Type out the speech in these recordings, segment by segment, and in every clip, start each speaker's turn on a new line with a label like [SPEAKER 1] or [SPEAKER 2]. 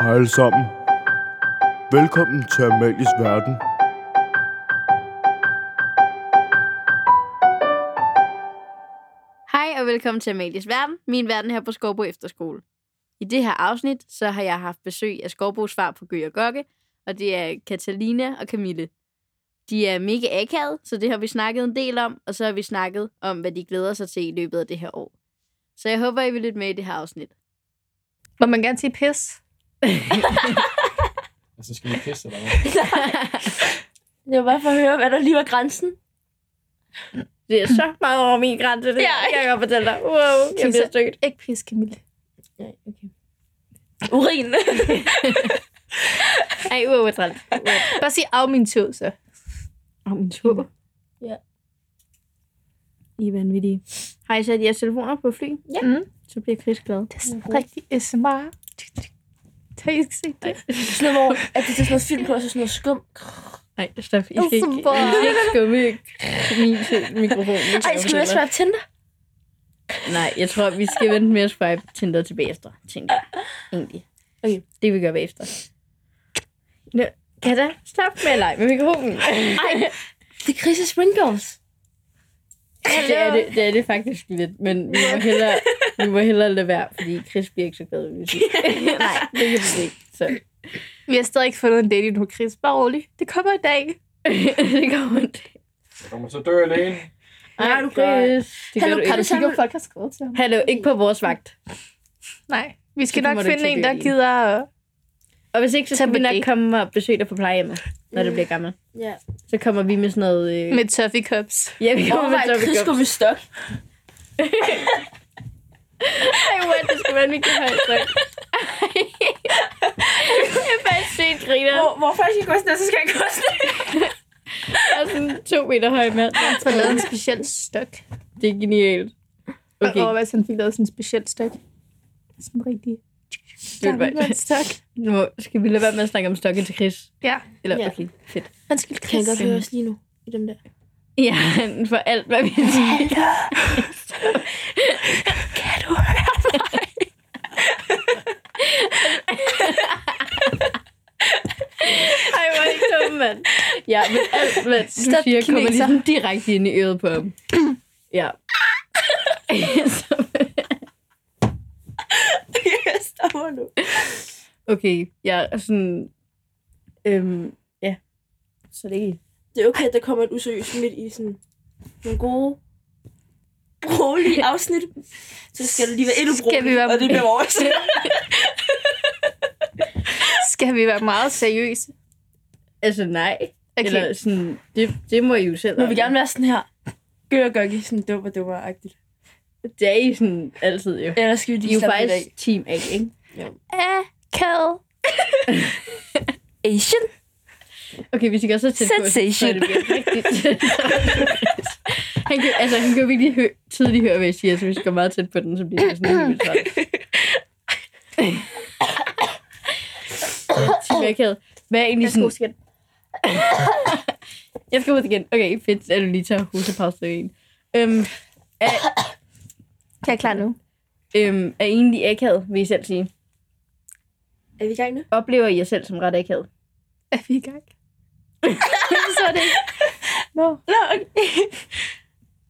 [SPEAKER 1] Hej alle sammen. Velkommen til Amalies Verden.
[SPEAKER 2] Hej og velkommen til Amalies Verden, min verden her på Skorbo Efterskole. I det her afsnit, så har jeg haft besøg af Skorbos svar på Gø og Gokke, og det er Catalina og Camille. De er mega akavet, så det har vi snakket en del om, og så har vi snakket om, hvad de glæder sig til i løbet af det her år. Så jeg håber, I vil lytte med i det her afsnit.
[SPEAKER 3] Må man gerne sige pis?
[SPEAKER 4] Altså, skal vi pisse eller hvad?
[SPEAKER 5] Det var bare for at høre, hvad der lige var grænsen.
[SPEAKER 2] det er så meget over min grænse, det
[SPEAKER 5] Ja.
[SPEAKER 2] her. jeg kan godt fortælle dig. Wow, jeg bliver stødt.
[SPEAKER 3] Ikke pis, Camille.
[SPEAKER 5] Nej, okay. Urin.
[SPEAKER 2] Ej, wow, hvor træt.
[SPEAKER 3] Bare sig af min tog, så.
[SPEAKER 2] Åh, min tur.
[SPEAKER 5] Ja.
[SPEAKER 2] I er vanvittige. Har I sat jeres telefoner på fly?
[SPEAKER 5] Ja.
[SPEAKER 3] Mm.
[SPEAKER 2] Så bliver Chris glad.
[SPEAKER 3] Det er sådan rigtig SMR. Har I ikke set det?
[SPEAKER 5] sådan noget, hvor at det er sådan noget film på, og så sådan noget skum.
[SPEAKER 2] Nej, stop. I
[SPEAKER 3] skal ikke- I skal
[SPEAKER 2] ikke skumme min mikrofon.
[SPEAKER 5] Ej, skal vi også swipe Tinder?
[SPEAKER 2] Nej, jeg tror, vi skal vente med at swipe Tinder til bagefter, tænker jeg. Egentlig.
[SPEAKER 5] Okay.
[SPEAKER 2] Det vi gør bagefter. Nå, kan da stop med at lege med mikrofonen?
[SPEAKER 5] Ej, det er Chris' Springdorms.
[SPEAKER 2] det, er det, det er det faktisk lidt, men vi må hellere, vi må hellere lade være, fordi Chris bliver ikke så glad, hvis vi Nej, det kan vi ikke. Så.
[SPEAKER 3] Vi har stadig ikke fundet en date endnu, Chris. Bare rolig. Det kommer i dag.
[SPEAKER 2] det går ondt.
[SPEAKER 4] Jeg kommer så dør alene.
[SPEAKER 2] Nej,
[SPEAKER 5] du
[SPEAKER 2] Chris.
[SPEAKER 5] gør-
[SPEAKER 2] Det gør du
[SPEAKER 3] Har
[SPEAKER 5] Hallo, kan du
[SPEAKER 3] du
[SPEAKER 2] ikke.
[SPEAKER 5] så-
[SPEAKER 3] set, hvor folk har skrevet til ham?
[SPEAKER 2] Hallo, ikke på vores vagt.
[SPEAKER 3] Nej. Vi skal
[SPEAKER 2] kommer
[SPEAKER 3] nok
[SPEAKER 2] du
[SPEAKER 3] finde
[SPEAKER 2] ikke til
[SPEAKER 3] en, der
[SPEAKER 2] at dele.
[SPEAKER 3] gider... at-
[SPEAKER 2] Og hvis ikke, så skal
[SPEAKER 3] Tag
[SPEAKER 2] vi
[SPEAKER 3] på
[SPEAKER 2] nok
[SPEAKER 3] date.
[SPEAKER 2] komme og besøge dig på plejehjemmet, når det bliver gammel.
[SPEAKER 5] Ja.
[SPEAKER 2] Så kommer vi med sådan noget... Øh...
[SPEAKER 3] Med toffee cups.
[SPEAKER 2] Ja, vi kommer
[SPEAKER 5] Overvej,
[SPEAKER 2] med
[SPEAKER 5] Chris
[SPEAKER 2] topic
[SPEAKER 5] skulle vi stok.
[SPEAKER 2] Ej, what, det skulle være en virkelig høj støj. Jeg er faktisk set griner.
[SPEAKER 5] Hvor, hvor først skal jeg gå sådan, så skal jeg gå sådan.
[SPEAKER 2] Jeg er sådan to meter høj mand.
[SPEAKER 3] Jeg har lavet en speciel stok.
[SPEAKER 2] Det er genialt.
[SPEAKER 3] Okay.
[SPEAKER 2] Okay,
[SPEAKER 3] Og hvad han fik lavet sådan en speciel stok. Sådan en rigtig...
[SPEAKER 2] det var
[SPEAKER 3] gammel stok.
[SPEAKER 2] Nu skal vi lade være med at snakke om stokken til Chris.
[SPEAKER 3] Ja.
[SPEAKER 2] Eller,
[SPEAKER 5] Ja.
[SPEAKER 2] okay, fedt.
[SPEAKER 3] Undskyld,
[SPEAKER 5] Kan jeg
[SPEAKER 3] Chris.
[SPEAKER 5] godt høre os lige nu? I dem der.
[SPEAKER 2] Ja, for alt, hvad vi siger.
[SPEAKER 3] Kan du høre
[SPEAKER 2] Ej, hvor er det dumt, mand. Ja, men alt, hvad du
[SPEAKER 3] Stop,
[SPEAKER 2] siger, kommer
[SPEAKER 3] kineser.
[SPEAKER 2] ligesom direkte ind i øret på ham. Ja. Så-
[SPEAKER 5] Jeg stopper nu.
[SPEAKER 2] okay, jeg er sådan... Øhm, ja. Så det
[SPEAKER 5] Det er okay, at der kommer et useriøst midt i sådan nogle gode rolige afsnit. Så skal du lige være endnu
[SPEAKER 3] Skal vi
[SPEAKER 5] rolig,
[SPEAKER 3] være-
[SPEAKER 5] og det bliver vores.
[SPEAKER 3] Skal vi være meget seriøse?
[SPEAKER 2] Altså nej.
[SPEAKER 3] Okay.
[SPEAKER 2] Okay. Eller sådan, det, det må I jo selv
[SPEAKER 5] Må
[SPEAKER 2] om.
[SPEAKER 5] vi gerne være sådan her? Gør og gør ikke sådan dum og dummer-agtigt.
[SPEAKER 2] Det er I sådan altid jo.
[SPEAKER 5] Ellers skal vi
[SPEAKER 2] I er
[SPEAKER 5] lige
[SPEAKER 2] jo
[SPEAKER 5] slappe lidt af.
[SPEAKER 2] faktisk team A, ikke?
[SPEAKER 3] Akavet.
[SPEAKER 5] Asian.
[SPEAKER 2] Okay, hvis I gør så tæt på, så er
[SPEAKER 5] Sensation.
[SPEAKER 2] det bliver rigtigt. han, kan, altså, han kan jo virkelig hø- tidligt høre, hvad jeg siger, så hvis I går meget tæt på den, så bliver det sådan helt vildt træt. Ja, team akavet. Hvad er egentlig sådan...
[SPEAKER 5] igen.
[SPEAKER 2] Jeg skal ud igen. Okay, fedt, at du lige tager husepause en. Øhm, er,
[SPEAKER 3] Jeg er klar nu.
[SPEAKER 2] øhm, er I egentlig akavet, vil I selv sige?
[SPEAKER 5] Er vi i gang nu?
[SPEAKER 2] Oplever I jer selv som ret akavet?
[SPEAKER 3] Er vi i gang? så er det ikke. Nå.
[SPEAKER 5] Nå, okay.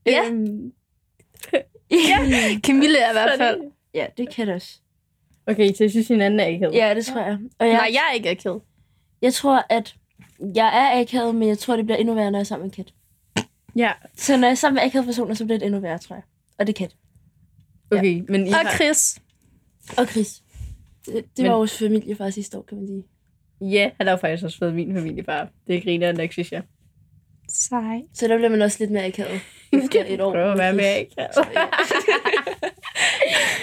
[SPEAKER 3] Ja.
[SPEAKER 2] Øhm,
[SPEAKER 5] Ja,
[SPEAKER 3] Camille er i hvert
[SPEAKER 2] Sådan.
[SPEAKER 3] fald.
[SPEAKER 5] ja det kan det også.
[SPEAKER 2] okay, så jeg synes, hinanden er akavet.
[SPEAKER 5] Ja, det tror jeg. Og
[SPEAKER 3] Nej,
[SPEAKER 5] jeg,
[SPEAKER 3] jeg er ikke akavet.
[SPEAKER 5] jeg tror, at jeg er akavet, men jeg tror, det bliver endnu værre, når jeg er sammen med Kat.
[SPEAKER 2] ja.
[SPEAKER 5] Så når jeg er sammen med akavede personer, så bliver det endnu værre, tror jeg. Og det er Kat.
[SPEAKER 2] Okay, men I
[SPEAKER 3] Og
[SPEAKER 2] har...
[SPEAKER 3] Chris.
[SPEAKER 5] Og Chris. Det, det
[SPEAKER 2] Men-
[SPEAKER 5] var vores familie fra sidste år, kan man sige.
[SPEAKER 2] Ja, han har jo faktisk også været min familiefar. Det griner nok, synes jeg.
[SPEAKER 3] Sej.
[SPEAKER 5] Så der bliver man også lidt mere akavet. Efter et år.
[SPEAKER 2] Prøv at være med, ikke?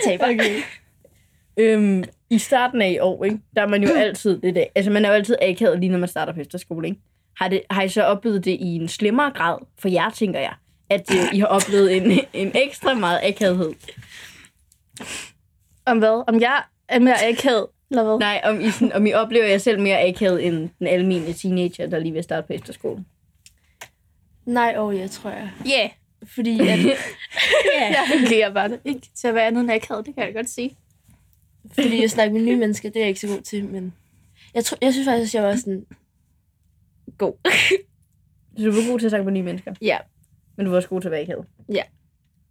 [SPEAKER 5] Taber.
[SPEAKER 2] Okay. øhm, I starten af i år, ikke, der er man jo altid det der. Altså, man er jo altid akavet, lige når man starter på efterskole, ikke? Har, det, har I så oplevet det i en slemmere grad for jer, tænker jeg? At øh, I har oplevet en, en ekstra meget akavethed?
[SPEAKER 3] Om hvad? Om jeg er mere akavet? Eller hvad?
[SPEAKER 2] Nej, om I, sådan, om I oplever jer selv mere akavet end den almindelige teenager, der lige vil starte på efterskole?
[SPEAKER 5] Nej, og jeg tror jeg.
[SPEAKER 3] Yeah.
[SPEAKER 5] Fordi at,
[SPEAKER 3] Jeg fungerer bare det. Ikke til at være andet end akavet, det kan jeg godt sige.
[SPEAKER 5] Fordi at snakke med nye mennesker, det er jeg ikke så god til, men... Jeg, tror, jeg synes faktisk, at jeg var sådan... God.
[SPEAKER 6] Så du var god til at snakke med nye mennesker.
[SPEAKER 5] Ja.
[SPEAKER 6] Men du var også god til værkhed.
[SPEAKER 5] Ja.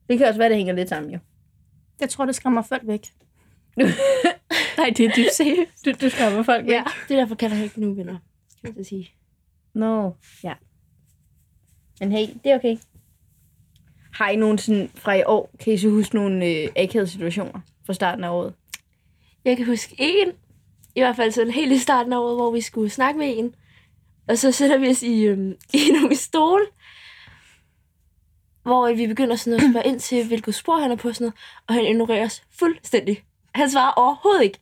[SPEAKER 6] Det kan også være, det hænger lidt sammen, jo.
[SPEAKER 3] Jeg tror, det skræmmer folk væk.
[SPEAKER 6] Nej, det er dybt seriøst. Du, du skræmmer folk
[SPEAKER 5] Ja. Det er derfor, kalder jeg ikke nu venner. Skal jeg så sige.
[SPEAKER 6] Nå, no. ja. Men hey, det er okay. Har I nogen sådan fra i år, kan I så huske nogle øh, akavede situationer fra starten af året?
[SPEAKER 5] Jeg kan huske en, i hvert fald sådan helt i starten af året, hvor vi skulle snakke med en. Og så sætter vi os i, øhm, i nogle stole, hvor vi begynder sådan at spørge ind til, hvilket spor han er på sådan noget, og han ignorerer os fuldstændig. Han svarer overhovedet ikke.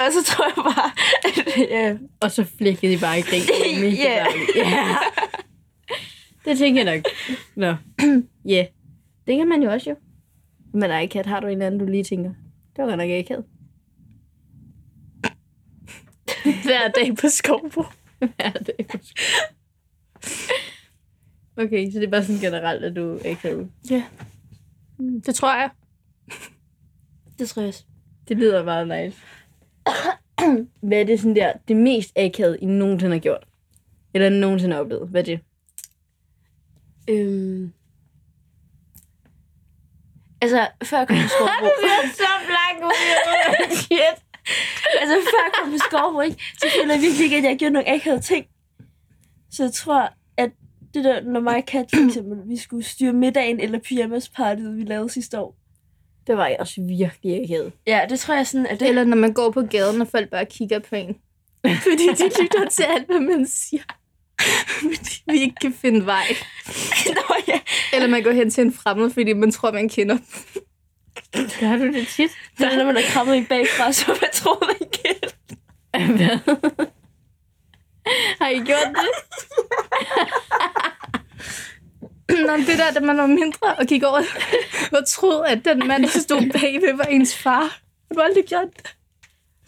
[SPEAKER 5] Og så tror jeg bare, at øh, ja,
[SPEAKER 6] Og så flækkede I bare i grin. Mega
[SPEAKER 5] Ja.
[SPEAKER 6] dejligt. Ja. Det tænker jeg nok. Nå. Ja. Yeah. Det kan man jo også jo. Men ej, Kat, har du en anden, du lige tænker? Det var godt nok akavet. Hver dag på skovbo. Hver dag på skovbo. Okay, så det er bare sådan generelt, at du er akavet.
[SPEAKER 3] Det tror jeg.
[SPEAKER 5] det tror jeg også.
[SPEAKER 6] Det lyder meget nice. Hvad er det sådan der, det mest akavede, I nogensinde har gjort? Eller nogensinde har oplevet? Hvad er det?
[SPEAKER 5] Øhm. Altså, før jeg kom på Skovbro...
[SPEAKER 6] så blank ud. Shit.
[SPEAKER 5] altså, før jeg kom på Skovbro, ikke? Så føler jeg virkelig ikke, at jeg gjorde nogle akavede ting. Så jeg tror, at det der, når mig og Kat, for eksempel, vi skulle styre middagen eller pyjamaspartiet, vi lavede sidste år.
[SPEAKER 6] Det var jeg også virkelig akavet.
[SPEAKER 5] Ja, det tror jeg sådan, at det...
[SPEAKER 3] Eller når man går på gaden, og folk bare kigger på en. Fordi de lytter til alt, hvad man siger. Fordi vi ikke kan finde vej.
[SPEAKER 5] Nå, ja.
[SPEAKER 3] Eller man går hen til en fremmed, fordi man tror, man kender dem.
[SPEAKER 6] Gør du det tit?
[SPEAKER 5] Det er, når man er krammet i bagfra, så man tror, man kan.
[SPEAKER 6] Hvad? Har I gjort det?
[SPEAKER 3] Nå, men det der, da man var mindre og gik over og troede, at den mand, der stod bagved, var ens far. Har du aldrig gjort det?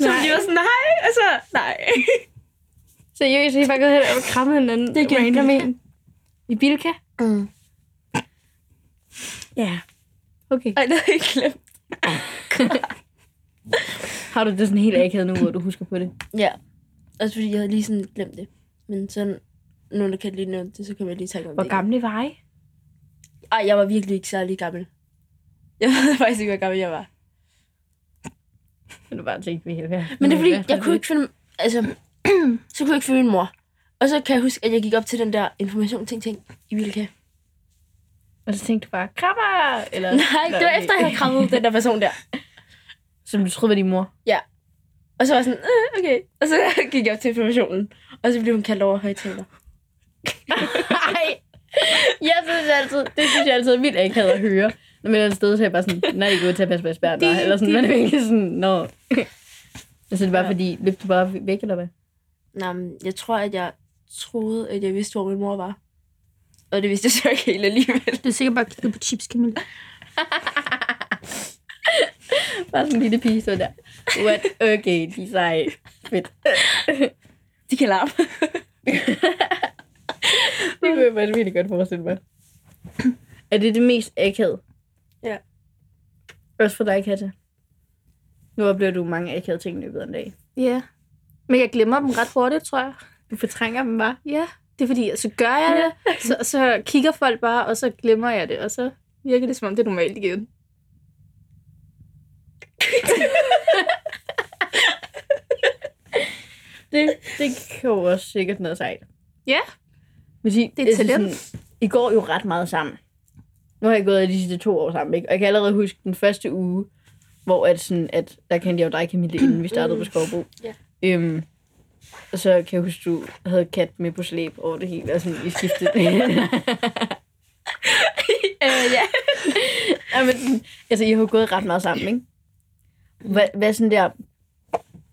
[SPEAKER 5] Så man var sådan, nej, altså, nej.
[SPEAKER 6] Seriøst, I var gået hen og krammet hinanden
[SPEAKER 5] Det gjorde
[SPEAKER 6] random
[SPEAKER 5] Bilka.
[SPEAKER 6] en. I Bilka?
[SPEAKER 5] Mm.
[SPEAKER 6] Ja. Okay.
[SPEAKER 5] Ej, det har jeg ikke glemt.
[SPEAKER 6] Har du det sådan helt akavet nu, hvor du husker på det?
[SPEAKER 5] Ja. Også fordi jeg havde lige sådan glemt det. Men sådan, nu når Kat lige nævnte det, så kan jeg lige tænke om det.
[SPEAKER 6] Hvor gamle var I?
[SPEAKER 5] igen. Ej, jeg var virkelig ikke særlig gammel. Jeg ved faktisk ikke, hvor gammel jeg var.
[SPEAKER 6] Men du bare tænkte, vi havde været.
[SPEAKER 5] Men det er fordi, jeg kunne ikke finde... Altså, så kunne jeg ikke finde min mor. Og så kan jeg huske, at jeg gik op til den der information ting ting i Vilka.
[SPEAKER 6] Og så tænkte du bare, krammer! Eller,
[SPEAKER 5] Nej, det var
[SPEAKER 6] Nå,
[SPEAKER 5] efter, jeg havde krammet den der person der.
[SPEAKER 6] Som du troede var din mor.
[SPEAKER 5] Og så var jeg sådan, øh, okay. Og så gik jeg op til informationen. Og så blev hun kaldt over højtaler.
[SPEAKER 6] Nej. Jeg synes altid, det synes jeg altid er vildt akavet at høre. Når man er et sted, så er jeg bare sådan, nej, det er godt til at passe på Asbjerg. Nå, Eller sådan, man er virkelig sådan, nå. Altså, det er bare fordi, løb du bare væk, eller hvad?
[SPEAKER 5] Nej, men jeg tror, at jeg troede, at jeg vidste, hvor min mor var. Og det vidste jeg så ikke helt alligevel.
[SPEAKER 3] Det er sikkert bare kigget på chips, Camilla.
[SPEAKER 6] Bare sådan en lille pige stod der. What? Okay, de er seje. Fedt.
[SPEAKER 5] De kan larme.
[SPEAKER 6] Det kunne jeg bare virkelig godt forestille mig. Er det det mest akavet?
[SPEAKER 5] Ja.
[SPEAKER 6] Også for dig, Katja. Nu oplever du mange akavede ting i løbet af en dag.
[SPEAKER 3] Ja. Yeah. Men jeg glemmer dem ret hurtigt, tror jeg.
[SPEAKER 6] Du fortrænger dem bare.
[SPEAKER 3] Ja. Det er fordi, så gør jeg det, så, så kigger folk bare, og så glemmer jeg det, og så virker det, som om det er normalt igen.
[SPEAKER 6] Det, det kan jo også sikkert noget sejt.
[SPEAKER 3] Ja.
[SPEAKER 6] Men sige,
[SPEAKER 3] Det er et
[SPEAKER 6] altså
[SPEAKER 3] talent.
[SPEAKER 6] Sådan, I går jo ret meget sammen. Nu har jeg gået de sidste to år sammen, ikke? Og jeg kan allerede huske den første uge, hvor at sådan, at der kendte jeg jo dig, Camille, inden vi startede
[SPEAKER 3] Mm.
[SPEAKER 6] på Skovbo.
[SPEAKER 5] Ja.
[SPEAKER 6] Øhm, og så kan jeg huske, du havde kat med på slæb over det hele, og sådan, I skiftede.
[SPEAKER 5] Øh, ja.
[SPEAKER 6] ja, men, sådan, altså, I har jo gået ret meget sammen, ikke? Hvad, hvad sådan der...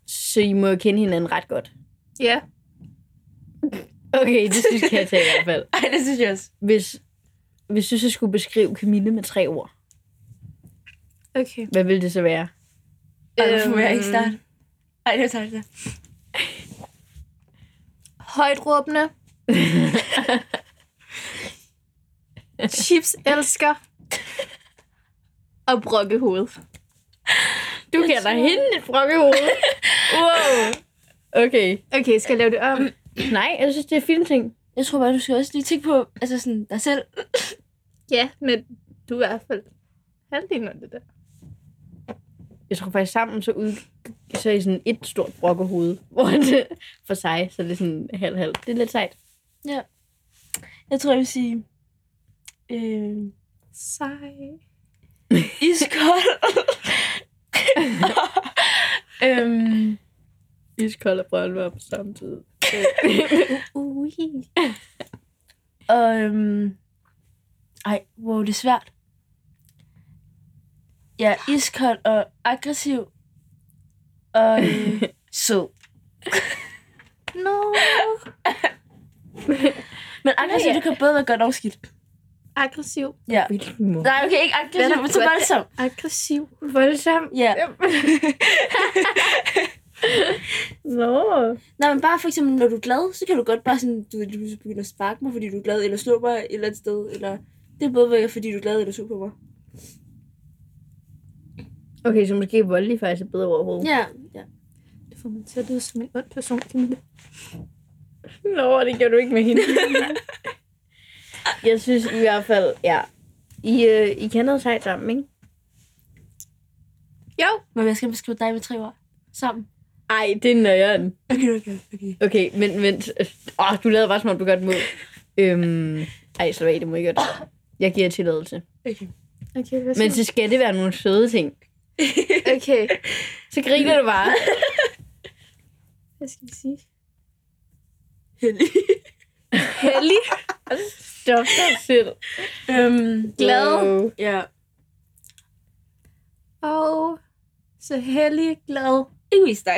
[SPEAKER 6] Så I må jo kende hinanden ret godt.
[SPEAKER 3] Ja.
[SPEAKER 6] Okay, det synes Katja i hvert fald.
[SPEAKER 5] Ej, det synes jeg også.
[SPEAKER 6] Hvis, hvis du så skulle beskrive Camille med tre ord,
[SPEAKER 3] Okay.
[SPEAKER 6] hvad ville det så være?
[SPEAKER 5] Ej, hvorfor må jeg
[SPEAKER 3] Øhm.
[SPEAKER 5] ikke starte? Ej, det tager det.
[SPEAKER 3] Højt råbende. Chips elsker. Og brokkehoved.
[SPEAKER 6] Du
[SPEAKER 5] Jeg
[SPEAKER 6] kalder
[SPEAKER 5] tror-
[SPEAKER 6] hende et frokkehoved. wow. Okay.
[SPEAKER 2] Okay, skal jeg lave det om?
[SPEAKER 6] Nej, jeg synes, det er filmting.
[SPEAKER 5] Jeg tror bare, du skal også lige tænke på altså sådan, dig selv.
[SPEAKER 2] Ja, men du er i hvert fald halvdelen af det der.
[SPEAKER 6] Jeg tror faktisk sammen, så ud så er I sådan et stort brokkehoved. Hvor det for sig, så er det er sådan halv-halv. Det er lidt sejt.
[SPEAKER 5] Jeg tror, jeg vil sige... Øh,
[SPEAKER 2] Sej.
[SPEAKER 5] iskold. øhm,
[SPEAKER 6] Iskold og brøndvarm på samme tid.
[SPEAKER 5] ui. Og, øhm, ej, wow, det er svært. Jeg er iskold og aggressiv. Og øh, sød.
[SPEAKER 2] No.
[SPEAKER 5] Men aggressiv,
[SPEAKER 2] Ja, ja.
[SPEAKER 5] det kan både være godt og skidt.
[SPEAKER 2] Aggressiv.
[SPEAKER 5] Ja.
[SPEAKER 6] Hvilken måde?
[SPEAKER 5] Nej, okay, ikke
[SPEAKER 2] Hvad
[SPEAKER 5] aggressiv,
[SPEAKER 2] er
[SPEAKER 5] men
[SPEAKER 2] det?
[SPEAKER 5] så bare det samme.
[SPEAKER 2] Aggressiv.
[SPEAKER 6] Voldsom.
[SPEAKER 5] Ja.
[SPEAKER 6] Nå.
[SPEAKER 5] Nej, men bare for eksempel, når du er glad, så kan du godt bare sådan, du ved, lige pludselig begynde at sparke mig, fordi du er glad, eller slå mig et eller andet sted, eller det er både, være, fordi du er glad, eller sur på mig.
[SPEAKER 6] Okay, så måske voldelig faktisk er bedre overhovedet.
[SPEAKER 5] Ja, ja.
[SPEAKER 2] Du får mig til at lyde som en ond person, Camille.
[SPEAKER 6] Nå, det gjorde du ikke med hende. jeg synes i hvert fald, ja. I, øh, I kan noget sejt sammen, ikke?
[SPEAKER 2] Jo.
[SPEAKER 5] Men jeg skal beskrive dig med tre ord. Sammen.
[SPEAKER 6] Ej, det er nøjeren.
[SPEAKER 5] Okay, okay, okay.
[SPEAKER 6] Okay, men vent. Åh, du lavede bare som om du godt må. øhm, ej, slap af, det må I godt. Jeg giver tilladelse.
[SPEAKER 2] Okay, hvad
[SPEAKER 6] Men så skal det være nogle søde ting.
[SPEAKER 2] Okay,
[SPEAKER 6] Så griner du bare.
[SPEAKER 2] hvad skal vi sige?
[SPEAKER 5] Heldig.
[SPEAKER 2] Heldig.
[SPEAKER 6] Stop dig selv.
[SPEAKER 5] øhm,
[SPEAKER 2] Glad.
[SPEAKER 6] Wow.
[SPEAKER 5] ja.
[SPEAKER 2] Og så heldig glad.
[SPEAKER 5] Egoist dig.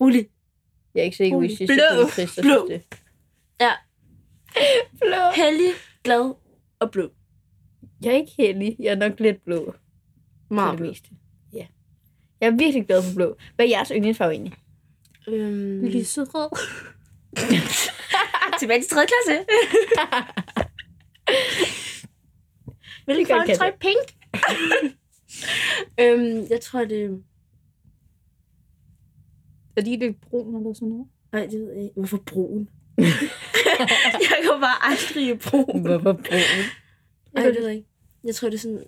[SPEAKER 5] Rolig.
[SPEAKER 6] Jeg er ikke så egoistisk.
[SPEAKER 2] Blå.
[SPEAKER 6] det er kun Chris, der synes
[SPEAKER 5] Blå.
[SPEAKER 6] det.
[SPEAKER 2] Blå.
[SPEAKER 5] Heldig, glad og blå.
[SPEAKER 6] Jeg er ikke heldig. Jeg er nok lidt blå.
[SPEAKER 2] Ah.
[SPEAKER 6] Meget det meste. Ja. Jeg er virkelig glad for blå. Hvad er jeres yndlingsfarve egentlig?
[SPEAKER 5] Øhm,
[SPEAKER 2] Lyserød.
[SPEAKER 5] tilbage til 3. klasse. Hvilken
[SPEAKER 6] Det gør
[SPEAKER 5] farve
[SPEAKER 6] katte.
[SPEAKER 5] tror jeg pink? øhm, jeg tror, det...
[SPEAKER 2] Er de lidt brun eller sådan noget?
[SPEAKER 5] Nej, det ved jeg ikke. Hvorfor brun? jeg kan bare aldrig i brun.
[SPEAKER 6] Hvorfor brun?
[SPEAKER 5] Nej, det ved jeg ikke. Jeg tror, det er sådan...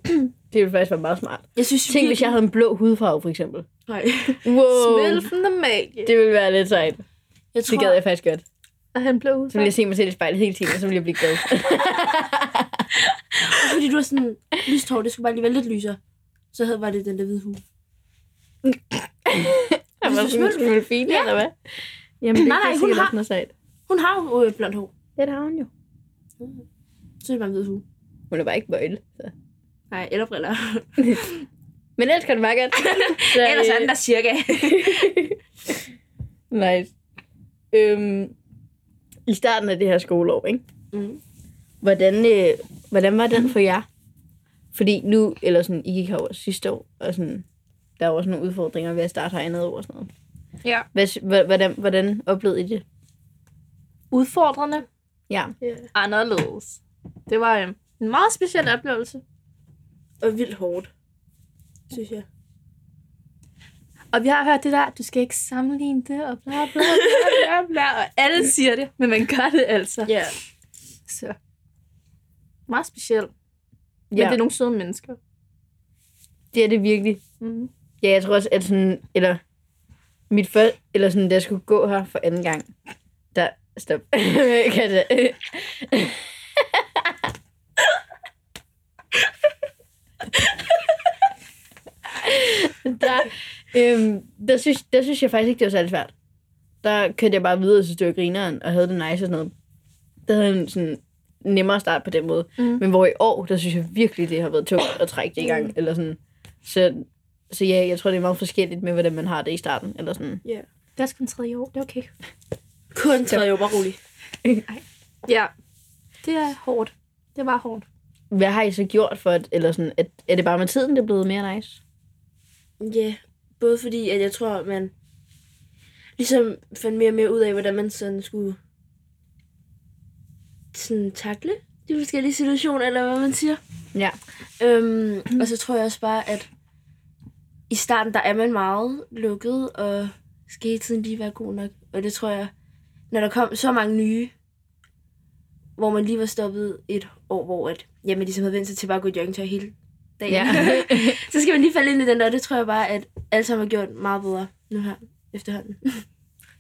[SPEAKER 6] Det ville faktisk være meget smart.
[SPEAKER 5] Jeg synes,
[SPEAKER 6] Tænk, hvis jeg havde en blå hudfarve, for eksempel.
[SPEAKER 5] Nej.
[SPEAKER 6] Wow.
[SPEAKER 2] Smølfen og magie.
[SPEAKER 6] Det ville være lidt sejt.
[SPEAKER 5] Jeg
[SPEAKER 6] Det
[SPEAKER 5] tror,
[SPEAKER 6] gad jeg faktisk godt.
[SPEAKER 2] Og han blev ud.
[SPEAKER 6] Så ville jeg se mig selv i spejlet hele tiden, og så ville jeg blive glad.
[SPEAKER 5] fordi du har sådan lyst hår, det skulle bare lige være lidt lysere. Så havde var det den der hvide hue.
[SPEAKER 6] Jeg var
[SPEAKER 5] Hvis du
[SPEAKER 6] sådan en fint,
[SPEAKER 5] Ja.
[SPEAKER 6] eller hvad? Jamen, det
[SPEAKER 5] Nej,
[SPEAKER 6] er
[SPEAKER 5] nej,
[SPEAKER 6] ikke
[SPEAKER 5] hun
[SPEAKER 6] sikkert
[SPEAKER 5] har-
[SPEAKER 6] også noget sejt.
[SPEAKER 5] Hun har jo øh, blond hår.
[SPEAKER 6] Det har hun jo.
[SPEAKER 5] Så er det bare en hvid hue.
[SPEAKER 6] Hun er bare ikke bøjle. Så.
[SPEAKER 5] Nej, eller briller.
[SPEAKER 6] Men ellers kan det være godt. Så,
[SPEAKER 5] Ellers er
[SPEAKER 6] øh,
[SPEAKER 5] den der cirka.
[SPEAKER 6] Nice. Øhm, I starten af det her skoleår, ikke?
[SPEAKER 5] Mm.
[SPEAKER 6] Hvordan, øh, hvordan var den for jer? Fordi nu, eller sådan, I gik herover sidste år, og sådan, der var også nogle udfordringer ved at starte hernede over og sådan noget.
[SPEAKER 2] Ja.
[SPEAKER 6] Hvad, sy- hva- hvordan, hvordan oplevede I det?
[SPEAKER 2] Udfordrende.
[SPEAKER 6] Ja.
[SPEAKER 2] Anderledes. Det var øh, en meget speciel oplevelse.
[SPEAKER 5] Og vildt hårdt, synes jeg.
[SPEAKER 2] Og vi har hørt det der, du skal ikke sammenligne det, og bla bla bla bla, bla og alle siger det, men man gør det altså.
[SPEAKER 5] Ja.
[SPEAKER 2] Så. Meget specielt. Men
[SPEAKER 6] Ja,
[SPEAKER 2] det er nogle søde mennesker.
[SPEAKER 6] det er det virkelig.
[SPEAKER 2] Mm.
[SPEAKER 6] Ja, jeg tror også, at sådan, eller mit før, eller sådan, da jeg skulle gå her for anden gang, der, stop, Katte. der, øhm, der, synes, der synes jeg faktisk ikke, det var særlig svært. Der kørte jeg bare videre, og synes, det var grineren, og havde det nice og sådan noget. Der havde jeg en sådan nemmere start på den måde.
[SPEAKER 2] Mm.
[SPEAKER 6] Men hvor i år, der synes jeg virkelig, det har været tungt at trække det i gang. Eller sådan. Så så ja, jeg tror, det er meget forskelligt med, hvordan man har det i starten. Eller sådan.
[SPEAKER 2] Det er også kun tredje år, det er okay.
[SPEAKER 5] Kun tredje år, bare rolig.
[SPEAKER 2] Ja. Det er hårdt. Det var hårdt.
[SPEAKER 6] Hvad har I så gjort for, at, eller sådan, at, er det bare med tiden, det er blevet mere nice?
[SPEAKER 5] Ja, yeah. både fordi, at jeg tror, at man ligesom fandt mere og mere ud af, hvordan man sådan skulle sådan takle de forskellige situationer, eller hvad man siger.
[SPEAKER 6] Ja.
[SPEAKER 5] Øhm, og så tror jeg også bare, at i starten, der er man meget lukket, og skal hele tiden lige være god nok. Og det tror jeg, når der kom så mange nye, hvor man lige var stoppet et år, hvor at, jamen, ligesom havde vendt sig til bare at gå i joggingtøj hele dagen.
[SPEAKER 6] Ja.
[SPEAKER 5] så skal man lige falde ind i den der, og det tror jeg bare, at alle sammen har gjort meget bedre nu her efterhånden.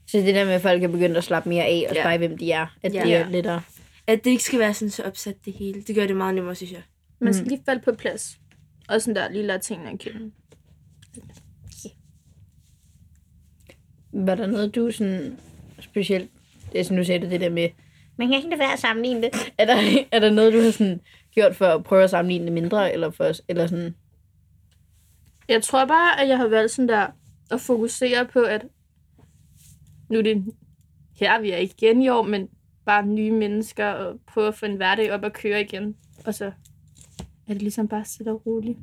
[SPEAKER 6] Så det der med, at folk er begyndt at slappe mere af og
[SPEAKER 5] Ja.
[SPEAKER 6] spørge, hvem de er, at
[SPEAKER 5] Ja.
[SPEAKER 6] det er
[SPEAKER 2] Ja.
[SPEAKER 6] lidt at...
[SPEAKER 5] At det ikke skal være sådan så opsat det hele. Det gør det meget nemmere, synes jeg.
[SPEAKER 6] Mm.
[SPEAKER 3] Man skal lige falde på plads. Og sådan der, lige lade tingene at kende.
[SPEAKER 6] Var der noget, du sådan specielt... Altså, nu sagde du det der med, man kan ikke lade være at sammenligne det. Er der, er der noget, du har sådan gjort for at prøve at sammenligne det mindre, eller, for, eller sådan...
[SPEAKER 3] Jeg tror bare, at jeg har valgt sådan der at fokusere på, at nu er det her, vi er igen i år, men bare nye mennesker og prøve at få en hverdag op at køre igen. Og så er det ligesom bare stille og roligt.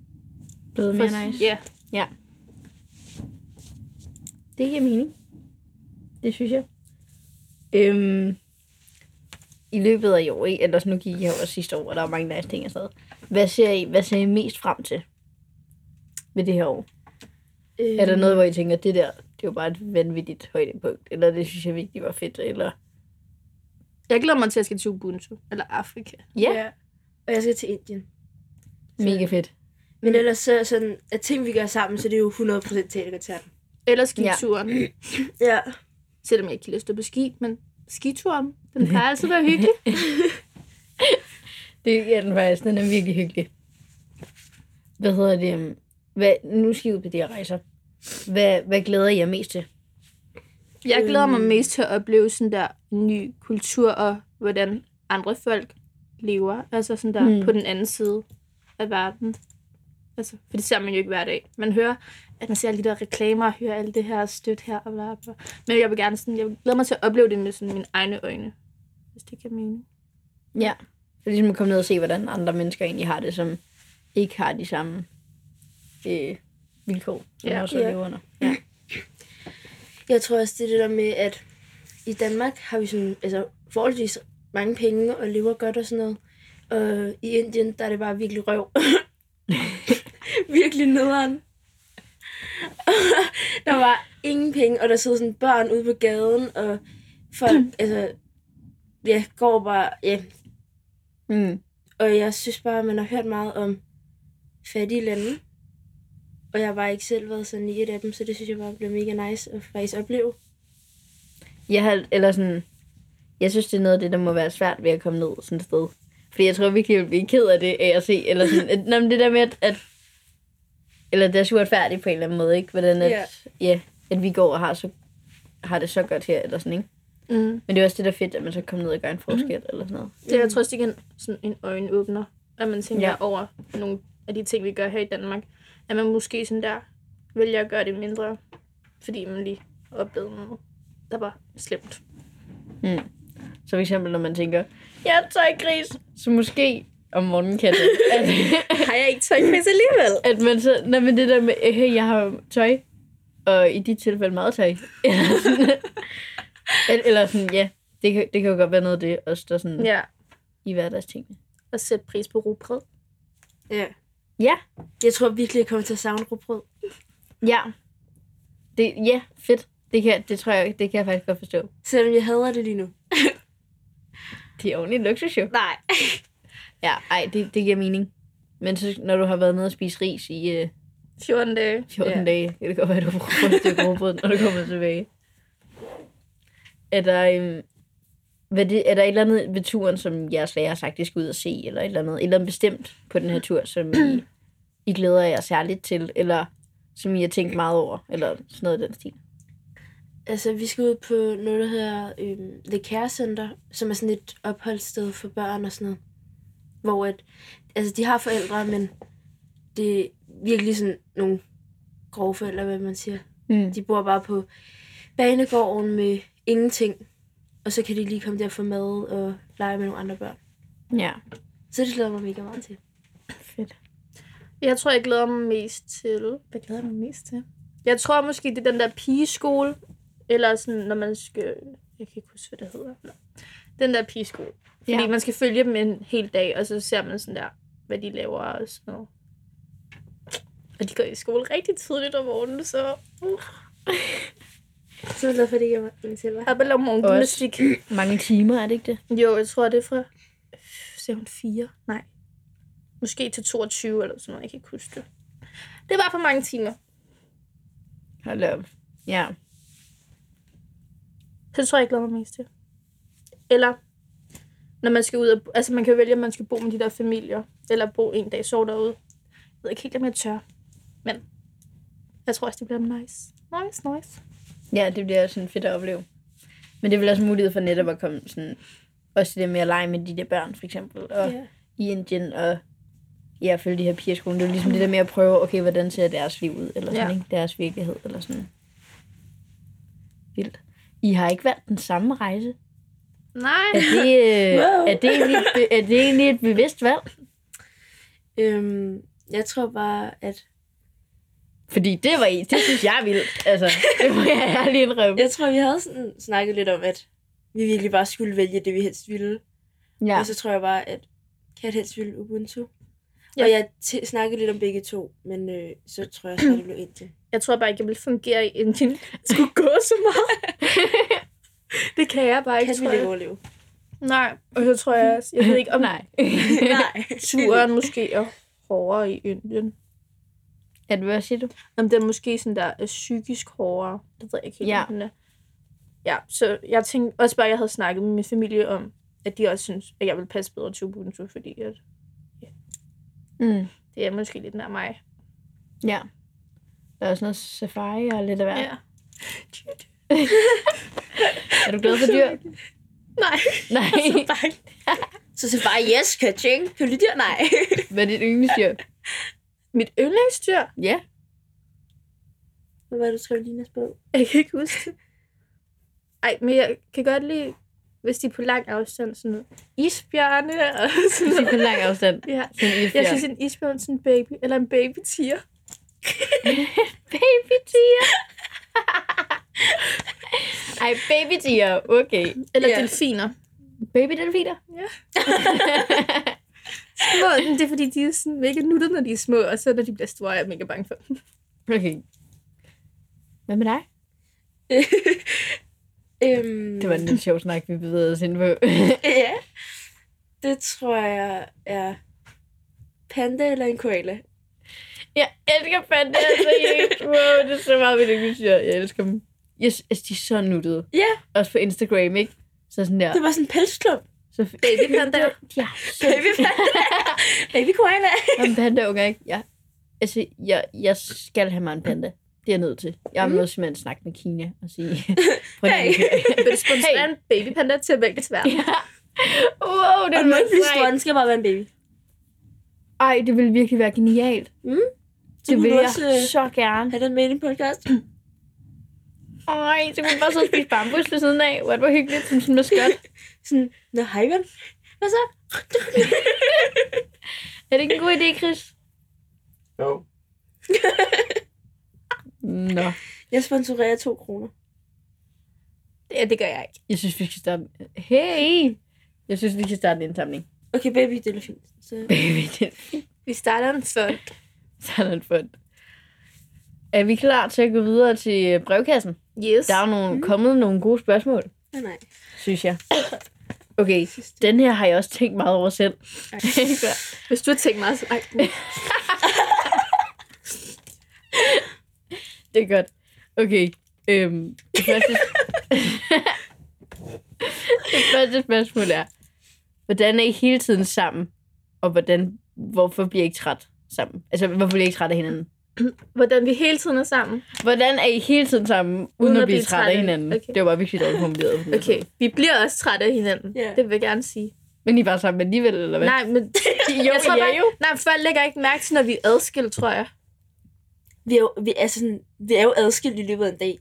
[SPEAKER 6] Blevet mere nice?
[SPEAKER 3] Ja,
[SPEAKER 6] Det giver mening. Det synes jeg. Øhm, I løbet af i år, ikke? ellers nu gik jeg over sidste år, og der var mange nice ting, jeg sad. Hvad ser I, hvad ser I mest frem til ved det her år?
[SPEAKER 5] Øh,
[SPEAKER 6] Er der noget, hvor I tænker, det der, det var bare et vanvittigt højdepunkt, eller det synes jeg virkelig var fedt, eller...
[SPEAKER 3] jeg glæder mig til, at jeg skal til Ubuntu, eller Afrika.
[SPEAKER 6] Ja,
[SPEAKER 5] Og jeg skal til Indien.
[SPEAKER 6] mega fedt.
[SPEAKER 5] Men ellers så sådan, at ting vi gør sammen, så det er jo 100% teaterkoncerten.
[SPEAKER 3] Eller
[SPEAKER 6] Ja.
[SPEAKER 3] skituren. Ja.
[SPEAKER 5] Ja.
[SPEAKER 3] Selvom jeg ikke kan stå på ski, men skituren, den plejer altid at være hyggelig.
[SPEAKER 6] Det er den faktisk, den er virkelig hyggelig. Hvad hedder det? øhm, Hvad, nu skal I ud på de her rejser. Hvad, hvad glæder I jer mest til?
[SPEAKER 3] Jeg glæder mig mest til at opleve sådan der ny kultur og hvordan andre folk lever. Altså sådan der
[SPEAKER 6] Mm.
[SPEAKER 3] mm. på den anden side af verden. Altså, for det ser man jo ikke hver dag. Man hører, at man ser alle de der reklamer og hører alt det her støt her og bla bla. Men jeg vil gerne sådan, jeg glæder mig til at opleve det med sådan mine egne øjne. Hvis det kan mening.
[SPEAKER 6] Ja. Så ligesom at komme ned og se, hvordan andre mennesker egentlig har det, som ikke har de samme øh, vilkår, som ja.
[SPEAKER 3] Ja.
[SPEAKER 6] også
[SPEAKER 5] Ja.
[SPEAKER 6] lever under. Ja.
[SPEAKER 5] Jeg tror også, det er det der med, at i Danmark har vi sådan, altså, forholdsvis mange penge og lever godt og sådan noget. Og i Indien, der er det bare virkelig røv. virkelig nederen. der var ingen penge, og der sidder sådan børn ude på gaden, og folk, altså, ja, går bare, ja,
[SPEAKER 6] Mm.
[SPEAKER 5] Og jeg synes bare, at man har hørt meget om fattige lande. Og jeg har bare ikke selv været sådan i et af dem, så det synes jeg bare blev mega nice at faktisk opleve.
[SPEAKER 6] Jeg, har, eller sådan, jeg synes, det er noget af det, der må være svært ved at komme ned sådan et sted. Fordi jeg tror virkelig, jeg vil blive ked af det af at se. Eller sådan, at, nå, men det der med, at, at eller det er så uretfærdigt på en eller anden måde, ikke? Hvordan at,
[SPEAKER 5] Ja.
[SPEAKER 6] ja, at vi går og har, så, har det så godt her, eller sådan, ikke?
[SPEAKER 3] Mm.
[SPEAKER 6] Men det er også det, der er fedt, at man så kommer ned og gør en forskel, eller sådan noget.
[SPEAKER 3] Det er
[SPEAKER 5] Øhm.
[SPEAKER 3] jeg tror også igen sådan en øjenåbner, at man tænker
[SPEAKER 6] Ja.
[SPEAKER 3] ja. over nogle af de ting, vi gør her i Danmark. At man måske sådan der vælger at gøre det mindre, fordi man lige oplevede noget, der var slemt.
[SPEAKER 6] Så for eksempel, når man tænker, jeg tager ikke gris, så måske om morgenen kan det. At,
[SPEAKER 5] Har jeg ikke tøjkris alligevel?
[SPEAKER 6] at man så, nej, men det der med, øh, jeg har jo tøj, og i dit tilfælde meget tøj. Eller sådan, eller, eller sådan ja, det kan, det kan jo godt være noget af det, også der sådan ja.
[SPEAKER 3] Ja,
[SPEAKER 6] i hverdagstingene.
[SPEAKER 3] og sætte pris på rugbrød.
[SPEAKER 5] Ja.
[SPEAKER 6] Ja.
[SPEAKER 5] Jeg tror virkelig, jeg kommer til at savne råbrød.
[SPEAKER 6] Ja. Det, ja, fedt. Det, kan, det tror jeg, det kan jeg faktisk godt forstå.
[SPEAKER 5] Selvom jeg hader det lige nu.
[SPEAKER 6] Det er ordentligt luksus jo.
[SPEAKER 5] Nej.
[SPEAKER 6] Ja, ej, det, det giver mening. Men så, når du har været nede og spise ris i øh,
[SPEAKER 3] 14 dage.
[SPEAKER 6] 14
[SPEAKER 5] Ja.
[SPEAKER 6] dage, kan det godt være, at du bruger et stykke rugbrød, når du kommer tilbage. Er der, øhm, hvad det, er der et eller andet ved turen, som jeres lærer har sagt, I skal ud og se, eller et eller andet, et eller andet bestemt på den her tur, som I, I glæder jer særligt til, eller som I har tænkt meget over, eller sådan noget i den stil?
[SPEAKER 5] Altså, vi skal ud på noget, der hedder øhm, The Care Center, som er sådan et opholdssted for børn og sådan noget. Hvor at, altså, de har forældre, men det er virkelig sådan nogle grove forældre, hvad man siger.
[SPEAKER 6] Mm.
[SPEAKER 5] De bor bare på banegården med ingenting. Og så kan de lige komme der for mad og lege med nogle andre børn.
[SPEAKER 6] Ja,
[SPEAKER 5] Så det glæder jeg mig mega meget til.
[SPEAKER 6] fedt.
[SPEAKER 3] Jeg tror, jeg glæder mig mest til... Hvad glæder jeg mig mest til? Jeg tror måske, det er den der pigeskole. Eller sådan, når man skal... Jeg kan ikke huske, hvad det hedder. Nå. den der pigeskole. Fordi
[SPEAKER 6] Ja.
[SPEAKER 3] ja. man skal følge dem en hel dag, og så ser man sådan der, hvad de laver og sådan noget. Og de går i skole rigtig tidligt om morgenen, så... Uh,
[SPEAKER 5] Så er jeg glad for, at det ikke er mig selv. hva'?
[SPEAKER 3] op eller morgengymnastik.
[SPEAKER 6] Mange timer, er det ikke det?
[SPEAKER 3] Jo, jeg tror, det er fra... Ser hun 4? Nej. Måske til 22 eller sådan noget, jeg kan ikke huske det. Det var for mange timer.
[SPEAKER 6] Hold op. Ja.
[SPEAKER 3] Så det tror jeg, jeg glæder mig mest til. Eller, når man skal ud og... Altså, man kan vælge, om man skal bo med de der familier. Eller bo en dag, sove derude. Jeg ved ikke helt, om jeg tør. Men jeg tror også, det bliver nice. Nice, nice.
[SPEAKER 6] Ja, det bliver sådan fedt at opleve. Men det vil også mulighed for netop at komme sådan... Også det der med at lege med de der børn, for eksempel. Og yeah.
[SPEAKER 3] Ja.
[SPEAKER 6] i Indien og... Ja, følge de her piger i skolen. Det er jo ligesom det der med at prøve, okay, hvordan ser deres liv ud? Eller sådan,
[SPEAKER 3] Ja.
[SPEAKER 6] ikke? Deres virkelighed, eller sådan. Vildt. I har ikke valgt den samme rejse.
[SPEAKER 3] Nej.
[SPEAKER 6] Er det, øh,
[SPEAKER 5] Wow.
[SPEAKER 6] er det, egentlig, et be- er det egentlig et bevidst valg?
[SPEAKER 5] Øhm, jeg tror bare, at...
[SPEAKER 6] Fordi det var i, det synes jeg er vildt. Altså, det må jeg ærligt indrømme.
[SPEAKER 5] Jeg tror, vi havde sådan snakket lidt om, at vi virkelig bare skulle vælge det, vi helst ville. Ja.
[SPEAKER 6] Ja.
[SPEAKER 5] Og så tror jeg bare, at Kat helst ville Ubuntu.
[SPEAKER 3] Ja.
[SPEAKER 5] Ja. Og jeg t- snakkede lidt om begge to, men øh, så tror jeg, at det blev Indien.
[SPEAKER 3] Jeg tror bare ikke, jeg ville fungere i Indien. Jeg skulle gå så meget. det kan jeg bare ikke,
[SPEAKER 5] Kat
[SPEAKER 3] tror
[SPEAKER 5] ville ikke
[SPEAKER 3] jeg.
[SPEAKER 5] overleve.
[SPEAKER 3] Nej, og så tror jeg også... Jeg ved ikke, om
[SPEAKER 6] Nej.
[SPEAKER 5] Nej.
[SPEAKER 3] turen måske er hårdere i Indien.
[SPEAKER 6] Er det, hvad siger du?
[SPEAKER 3] Om det er måske sådan der øh, psykisk hårdere. Det ved jeg ikke helt,
[SPEAKER 6] Ja.
[SPEAKER 3] ja. er. Ja, så jeg tænkte også bare, at jeg havde snakket med min familie om, at de også synes, at jeg ville passe bedre til Ubuntu, fordi at
[SPEAKER 6] Mm.
[SPEAKER 3] det er måske lidt nær mig.
[SPEAKER 6] Ja. Der er også noget safari og lidt af hvert. Ja. Er du glad for dyr?
[SPEAKER 3] Nej,
[SPEAKER 6] Nej.
[SPEAKER 5] bange. så så bare, yes, kaching. Pølgedyr, nej.
[SPEAKER 6] Hvad er dit yndlingsdyr?
[SPEAKER 3] mit yndlingsdyr,
[SPEAKER 6] Ja.
[SPEAKER 5] Hvad var det, du skrev i Linas bog?
[SPEAKER 3] jeg kan ikke huske det. Ej, men jeg kan godt lide, hvis de er på lang afstand, sådan noget. Isbjørne og sådan
[SPEAKER 6] Det er
[SPEAKER 3] noget.
[SPEAKER 6] på lang afstand.
[SPEAKER 3] Ja.
[SPEAKER 6] Sådan en
[SPEAKER 3] Jeg
[SPEAKER 6] isbjørn.
[SPEAKER 3] synes, en isbjørn er sådan en baby, eller en baby tiger.
[SPEAKER 6] Baby tiger. Ej, baby tiger. Okay.
[SPEAKER 3] Eller
[SPEAKER 5] Ja.
[SPEAKER 3] delfiner.
[SPEAKER 6] Baby delfiner.
[SPEAKER 3] Måden, det er fordi, de er sådan mega nuttede, når de er små, og så når de bliver store, er jeg mega bange for dem.
[SPEAKER 6] Okay. Hvad med dig?
[SPEAKER 5] Øhm,
[SPEAKER 6] Det var en lidt sjov snak, vi bevægede os ind på.
[SPEAKER 5] Ja. Det tror jeg er panda eller en koala.
[SPEAKER 6] jeg elsker panda, altså helt. Wow, det er så meget mit yndlingsdyr. Jeg elsker dem. Jeg synes, altså, de er så nuttede.
[SPEAKER 5] Ja,
[SPEAKER 6] Også på Instagram, ikke? Så sådan der.
[SPEAKER 5] det var sådan en pelsklump.
[SPEAKER 6] Så
[SPEAKER 3] Baby panda.
[SPEAKER 6] Ja,
[SPEAKER 5] Baby panda. Baby koala.
[SPEAKER 6] en panda unger, ikke? Ja. Altså, jeg, jeg skal have mig en panda. Det er jeg nødt til. Jeg må simpelthen snakke med Kina og sige... Prøv
[SPEAKER 5] Mhm. Hey.
[SPEAKER 3] Vil du sponsere en baby panda til at vælge til verden?
[SPEAKER 6] ja. Wow, det
[SPEAKER 5] Og den må
[SPEAKER 6] ville
[SPEAKER 5] ikke blive
[SPEAKER 6] være
[SPEAKER 5] stor,
[SPEAKER 6] sejt.
[SPEAKER 5] den skal bare være en baby.
[SPEAKER 6] Ej, det ville virkelig være genialt.
[SPEAKER 5] Mm. Så
[SPEAKER 6] Det
[SPEAKER 5] kunne
[SPEAKER 6] vil
[SPEAKER 5] du
[SPEAKER 6] jeg
[SPEAKER 5] også, øh,
[SPEAKER 6] så gerne.
[SPEAKER 5] Har den med i din podcast?
[SPEAKER 6] Ej, så kunne vi bare sidde og spise bambus ved siden af. Hvor er det var hyggeligt, som sådan en maskot.
[SPEAKER 5] Sådan, nå hej ven. Hvad så?
[SPEAKER 6] Er det ikke en god idé, Chris?
[SPEAKER 4] Jo.
[SPEAKER 6] Nå.
[SPEAKER 5] Jeg sponsorerer to kroner.
[SPEAKER 3] Ja, det gør jeg ikke.
[SPEAKER 6] Jeg synes, vi skal starte... Hey! Jeg synes, vi skal starte en indsamling.
[SPEAKER 5] Okay, baby, det er fint. Så
[SPEAKER 6] Baby, det
[SPEAKER 3] Vi starter en fond.
[SPEAKER 6] Sådan fund. Er vi klar til at gå videre til brevkassen?
[SPEAKER 3] Yes.
[SPEAKER 6] Der er jo nogle, kommet nogle gode spørgsmål,
[SPEAKER 5] nej, nej.
[SPEAKER 6] synes jeg. Okay, den her har jeg også tænkt meget over selv.
[SPEAKER 3] Hvis du har tænkt mig, så... Ej, uh.
[SPEAKER 6] Det er godt. Okay, øhm, det, første... det første spørgsmål er, hvordan er I hele tiden sammen, og hvordan, hvorfor bliver I ikke træt sammen? Altså, hvorfor bliver I ikke træt af hinanden?
[SPEAKER 3] hvordan vi hele tiden er sammen.
[SPEAKER 6] Hvordan er I hele tiden sammen, uden, uden at, blive træt af hinanden?
[SPEAKER 3] Okay.
[SPEAKER 6] Okay. Det var bare virkelig dårligt formuleret.
[SPEAKER 3] Okay, vi bliver også trætte af hinanden.
[SPEAKER 5] Ja.
[SPEAKER 3] Det vil jeg gerne sige.
[SPEAKER 6] Men I var sammen alligevel, eller hvad?
[SPEAKER 3] Nej, men
[SPEAKER 6] jo,
[SPEAKER 3] jeg tror
[SPEAKER 6] I er
[SPEAKER 3] bare,
[SPEAKER 6] jo.
[SPEAKER 3] nej, folk lægger ikke mærke til, når vi er adskilt, tror jeg.
[SPEAKER 5] Vi er, jo, vi, er sådan, vi er jo adskilt i løbet af en dag.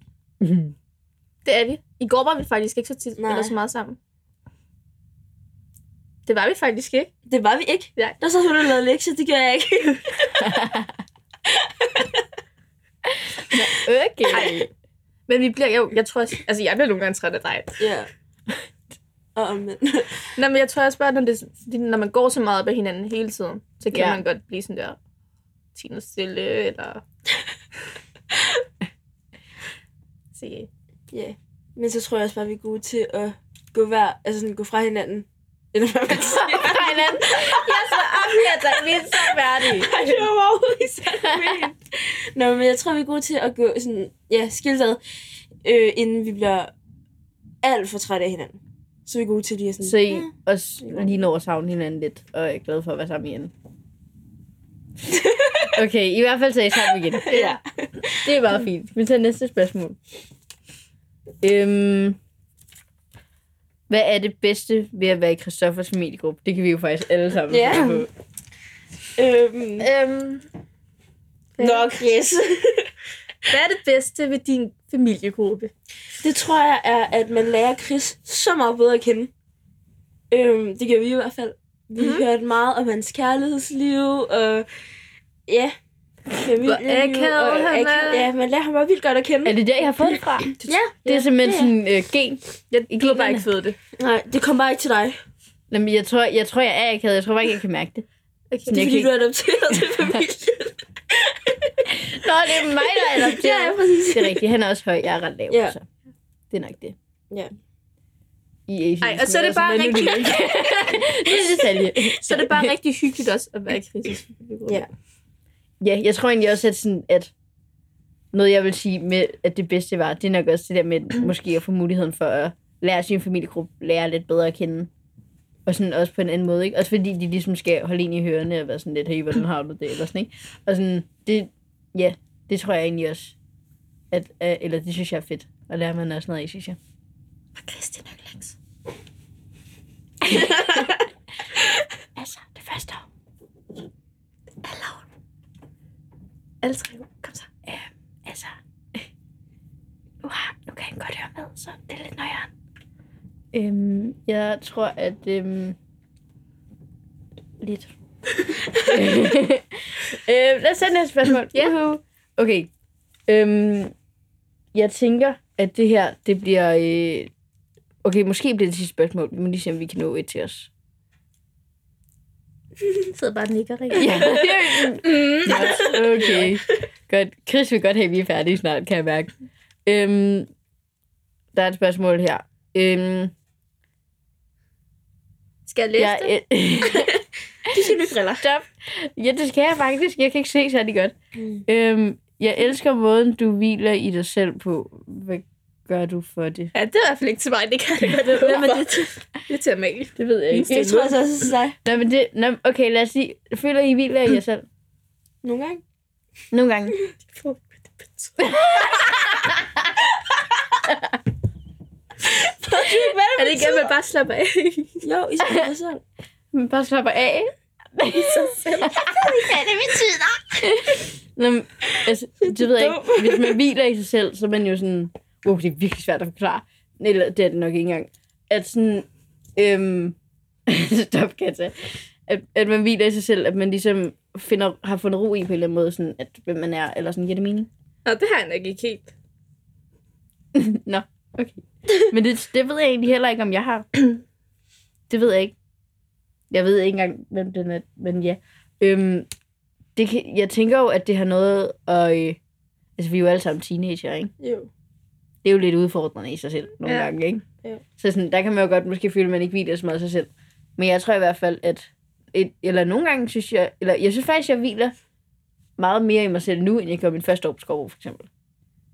[SPEAKER 3] Det er vi. I går var vi faktisk ikke så tit
[SPEAKER 5] Nej.
[SPEAKER 3] eller så meget sammen. Det var vi faktisk ikke.
[SPEAKER 5] Det var vi ikke.
[SPEAKER 3] Nej.
[SPEAKER 5] Der så hun og lavede lektier, det gør jeg ikke.
[SPEAKER 6] Okay.
[SPEAKER 3] Men vi bliver jo, jeg tror også, altså jeg bliver nogle gange træt af dig.
[SPEAKER 5] ja. og omvendt.
[SPEAKER 3] Nå, men jeg tror også bare, når, det, fordi når man går så meget op ad hinanden hele tiden, så kan
[SPEAKER 6] Ja.
[SPEAKER 3] ja. man godt blive sådan der, tine stille, eller... Se.
[SPEAKER 5] Ja. Yeah. Men så tror jeg også bare, vi er gode til at gå, hver, altså sådan, gå fra hinanden. Eller hvad man siger.
[SPEAKER 6] Fra hinanden. Jeg er så afhængig, at vi er så færdige.
[SPEAKER 5] Ej, det var overhovedet ikke sådan ment. Nå, men jeg tror, vi er gode til at gå sådan, ja, skilt ad, øh, inden vi bliver alt for trætte af hinanden. Så er vi gode til lige at sådan...
[SPEAKER 6] Så I også lige når at savne hinanden lidt, og er glad for at være sammen igen. Okay, i hvert fald så er I sammen igen.
[SPEAKER 5] Ja.
[SPEAKER 6] Det er bare fint. Vi tager næste spørgsmål. Øhm, hvad er det bedste ved at være i Christoffers familiegruppe? Det kan vi jo faktisk alle sammen
[SPEAKER 5] Ja.
[SPEAKER 6] svare på.
[SPEAKER 5] Øhm,
[SPEAKER 3] Øhm,
[SPEAKER 5] nå, Chris.
[SPEAKER 3] hvad er det bedste ved din familiegruppe?
[SPEAKER 5] Det tror jeg er, at man lærer Chris så meget bedre at kende. Øhm, det gør vi i hvert fald. Vi
[SPEAKER 3] Mhm.
[SPEAKER 5] mm-hmm. hørte meget om hans kærlighedsliv, og ja, familieliv.
[SPEAKER 3] Hvor akavet
[SPEAKER 5] og
[SPEAKER 3] han
[SPEAKER 5] akavet-
[SPEAKER 3] er.
[SPEAKER 5] Ja, man lærer ham bare vildt godt at kende.
[SPEAKER 6] Er det der, I har fået det fra?
[SPEAKER 5] Ja.
[SPEAKER 6] Det er simpelthen sådan en øh, gen.
[SPEAKER 3] Jeg, du har bare ikke fået det.
[SPEAKER 5] Nej, det kom bare ikke til dig.
[SPEAKER 6] Jamen, jeg tror, jeg, tror, jeg er akavet. Jeg tror bare ikke, jeg kan mærke det.
[SPEAKER 3] Okay.
[SPEAKER 5] Det
[SPEAKER 6] Jeg
[SPEAKER 5] er
[SPEAKER 6] kan
[SPEAKER 5] fordi,
[SPEAKER 6] ikke-
[SPEAKER 5] du er adopteret til familien.
[SPEAKER 6] Nå, det er mig, der er adopteret.
[SPEAKER 5] Ja, præcis.
[SPEAKER 6] Det er rigtigt. Han er også høj. Jeg er ret lav,
[SPEAKER 5] Ja.
[SPEAKER 6] så det er nok det.
[SPEAKER 5] Ja.
[SPEAKER 6] I Asian.
[SPEAKER 3] Ej, og så er det bare rigtig,
[SPEAKER 6] det er detalje.
[SPEAKER 3] så er det bare rigtig hyggeligt også at være i kritisk familiegruppe.
[SPEAKER 5] Ja.
[SPEAKER 6] Ja, jeg tror egentlig også, at, sådan, at noget, jeg vil sige med, at det bedste var, det er nok også det der med måske at få muligheden for at lære sin familiegruppe, lære lidt bedre at kende. Og sådan også på en anden måde, ikke? Også fordi de ligesom skal holde ind i hørerne og være sådan lidt, hey, hvordan har du det? Eller sådan, ikke? Og sådan, det, ja, det tror jeg egentlig også, at, øh, eller det synes jeg er fedt. Og lærer man også noget af, synes jeg. Og Kristin Øglings. altså, det første år.
[SPEAKER 3] Alle tre. Kom så.
[SPEAKER 6] altså, uha, nu kan han godt høre med, så det er lidt nøjeren. Øhm, jeg tror, at... Øhm, lidt. øhm, lad os tage næste spørgsmål. Yeah. Okay. Øhm, jeg tænker, at det her, det bliver... Øh, okay, måske bliver det sidste spørgsmål. Vi må lige se, om vi kan nå et til os.
[SPEAKER 3] Jeg sidder bare og nikker rigtig.
[SPEAKER 6] Ja. Nå, okay. Godt. Chris vil godt have, at vi er færdige snart, kan jeg mærke. Øhm, der er et spørgsmål her. Øhm,
[SPEAKER 3] Skal jeg læse
[SPEAKER 6] jeg,
[SPEAKER 3] det?
[SPEAKER 5] Du skal blive briller.
[SPEAKER 6] Stop. Ja, det skal jeg faktisk. Jeg kan ikke se særlig godt. Mm. Øhm, jeg elsker måden, du hviler i dig selv på. Hvad gør du for det?
[SPEAKER 3] Ja, det er i hvert fald ikke til mig. Det kan jeg godt vide. Hvem er det til? Det er til Amalie.
[SPEAKER 6] Det ved jeg ikke.
[SPEAKER 5] Det tror jeg så også er til dig.
[SPEAKER 6] Nå, men det, nå, okay, lad os sige. Føler I hviler i jer selv?
[SPEAKER 5] Nogle gange.
[SPEAKER 6] Nogle gange.
[SPEAKER 3] Er det ikke, at man bare slapper af?
[SPEAKER 5] Jo, i sig selv.
[SPEAKER 6] Men bare slapper af.
[SPEAKER 5] Hvad det betyder?
[SPEAKER 6] Nå, men, altså, det ved jeg ikke. Hvis man hviler i sig selv, så er man jo sådan... Uh, det er virkelig svært at forklare. Eller det er det nok ikke engang. At sådan... Øhm, stop, Katja. At, at man hviler i sig selv, at man ligesom finder, har fundet ro i på en eller anden måde, sådan at hvem man er, eller sådan, giver det mening?
[SPEAKER 3] Nå, det har jeg nok ikke helt.
[SPEAKER 6] Nå, okay. Men det, det ved jeg egentlig heller ikke, om jeg har. Det ved jeg ikke. Jeg ved ikke engang, hvem den er, men ja. Øhm, det kan, jeg tænker jo, at det har noget at... Øh, altså, vi er jo alle sammen teenager, ikke?
[SPEAKER 5] Jo.
[SPEAKER 6] det er jo lidt udfordrende i sig selv nogle ja.
[SPEAKER 3] Ja.
[SPEAKER 6] gange, ikke?
[SPEAKER 5] Jo.
[SPEAKER 6] Så sådan, der kan man jo godt måske føle, at man ikke hviler så meget i sig selv. Men jeg tror i hvert fald, at... Et, eller nogle gange synes jeg... Eller jeg synes faktisk, jeg hviler meget mere i mig selv nu, end jeg gjorde min første år på Skovbo, for eksempel.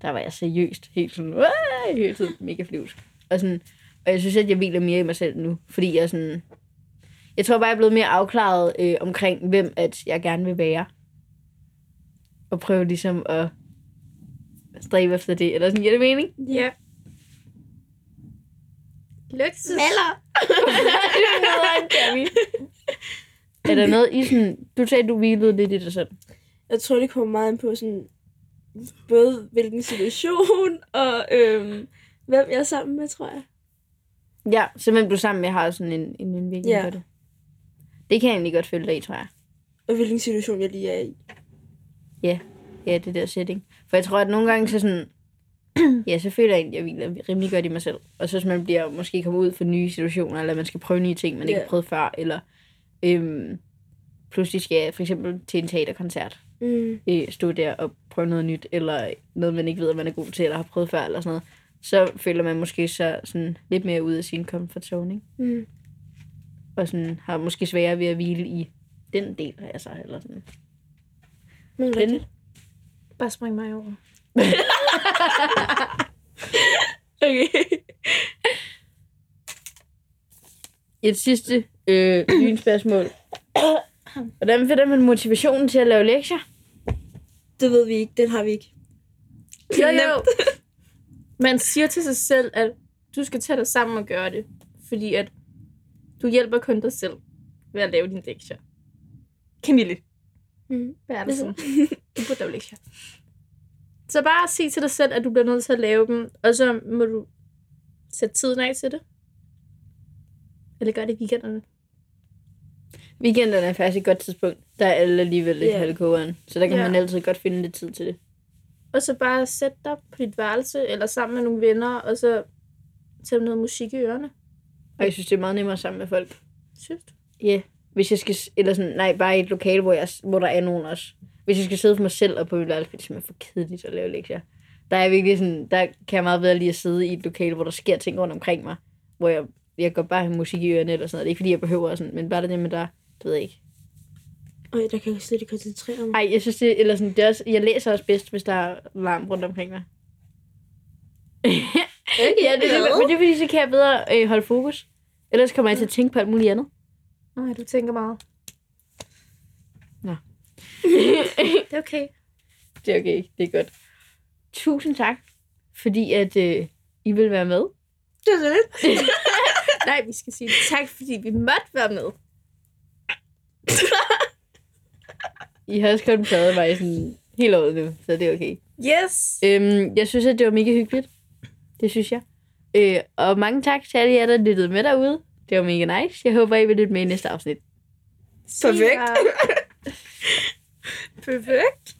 [SPEAKER 6] Der var jeg seriøst helt sådan... "Uah!" Hele tiden mega flyvsk. Og, sådan, og jeg synes, at jeg hviler mere i mig selv nu, fordi jeg sådan... Jeg tror bare, jeg er blevet mere afklaret øh, omkring, hvem at jeg gerne vil være. Og prøve ligesom at stræbe efter det. Eller sådan, giver det mening?
[SPEAKER 3] Ja. Luksus.
[SPEAKER 5] Eller?
[SPEAKER 6] Er der noget i sådan... Du sagde, du hvilede lidt i dig selv.
[SPEAKER 5] Jeg tror, det kommer meget an på sådan, både hvilken situation og øhm, hvem jeg er sammen med, tror jeg.
[SPEAKER 6] Ja, simpelthen du sammen med har sådan en, en indvirkning
[SPEAKER 5] Ja.
[SPEAKER 6] på det. Det kan jeg egentlig godt følge dig i, tror jeg.
[SPEAKER 5] Og hvilken situation jeg lige er i.
[SPEAKER 6] Ja, det der setting. For jeg tror, at nogle gange så sådan... Ja, så føler jeg egentlig, at jeg hviler rimelig godt i mig selv. Og så hvis man bliver måske kommer ud for nye situationer, eller man skal prøve nye ting, man ikke
[SPEAKER 5] Ja.
[SPEAKER 6] har prøvet før, eller øhm, pludselig skal jeg for eksempel til en teaterkoncert
[SPEAKER 5] Mm.
[SPEAKER 6] øh, stå der og prøve noget nyt, eller noget, man ikke ved, at man er god til, eller har prøvet før, eller sådan noget, så føler man måske så sådan lidt mere ude af sin comfort zone, ikke?
[SPEAKER 5] Mm.
[SPEAKER 6] Og sådan har måske sværere ved at hvile i den del af sig, eller sådan.
[SPEAKER 5] Men rigtigt.
[SPEAKER 3] Bare spring mig over.
[SPEAKER 6] Okay. Et sidste øh, lynspørgsmål. Hvordan finder man motivationen til at lave lektier?
[SPEAKER 5] Det ved vi ikke. Den har vi ikke.
[SPEAKER 3] Jo, jo. Man siger til sig selv, at du skal tage dig sammen og gøre det. Fordi at du hjælper kun dig selv ved at lave din lektier. Camille.
[SPEAKER 5] Mm.
[SPEAKER 3] Hvad er det sådan? Du burde lave lektier. Så bare sig til dig selv, at du bliver nødt til at lave dem. Og så må du sætte tiden af til det. Eller gør det i weekenderne.
[SPEAKER 6] Weekenderne er faktisk et godt tidspunkt. Der er alle alligevel lidt
[SPEAKER 5] Ja.
[SPEAKER 6] yeah. halvkogeren, så der kan
[SPEAKER 3] Ja.
[SPEAKER 6] yeah. man altid godt finde lidt tid til det.
[SPEAKER 3] Og så bare sæt dig på dit værelse, eller sammen med nogle venner, og så tage noget musik i ørerne.
[SPEAKER 6] Og jeg synes, det er meget nemmere sammen med folk.
[SPEAKER 3] Synes du?
[SPEAKER 6] Ja. Yeah. Hvis jeg skal... s- Eller sådan, nej, bare i et lokale, hvor, jeg, s- hvor der er nogen også. Hvis jeg skal sidde for mig selv og på mit værelse, fordi det er simpelthen for kedeligt at lave lektier. Der er jeg virkelig sådan... Der kan jeg meget bedre lige at sidde i et lokale, hvor der sker ting rundt omkring mig. Hvor jeg, jeg går bare have musik i ørerne eller sådan noget. Det er ikke, fordi jeg behøver sådan, men bare det der med der... Det ved jeg ikke.
[SPEAKER 5] Øj, der kan jeg slet ikke koncentrere mig.
[SPEAKER 6] Ej, jeg synes det... Eller sådan, det er også, jeg læser også bedst, hvis der er larm rundt omkring mig.
[SPEAKER 5] Okay,
[SPEAKER 6] Ja, det, det, men det er fordi, så kan jeg bedre øh, holde fokus. Ellers kommer jeg til at tænke på alt muligt andet.
[SPEAKER 3] Nej, du tænker meget.
[SPEAKER 6] Nå.
[SPEAKER 3] det er okay.
[SPEAKER 6] Det er okay, det er godt. Tusind tak, fordi at øh, I vil være med.
[SPEAKER 3] Det er så lidt. Nej, vi skal sige tak, fordi vi måtte være med.
[SPEAKER 6] I har også kun pladet mig sådan helt året nu, så det er okay.
[SPEAKER 3] Yes!
[SPEAKER 6] Øhm, jeg synes, at det var mega hyggeligt. Det synes jeg. Øh, og mange tak til alle jer, der lyttede med derude. Det var mega nice. Jeg håber, I vil lytte med i næste afsnit.
[SPEAKER 3] Perfekt. Perfekt.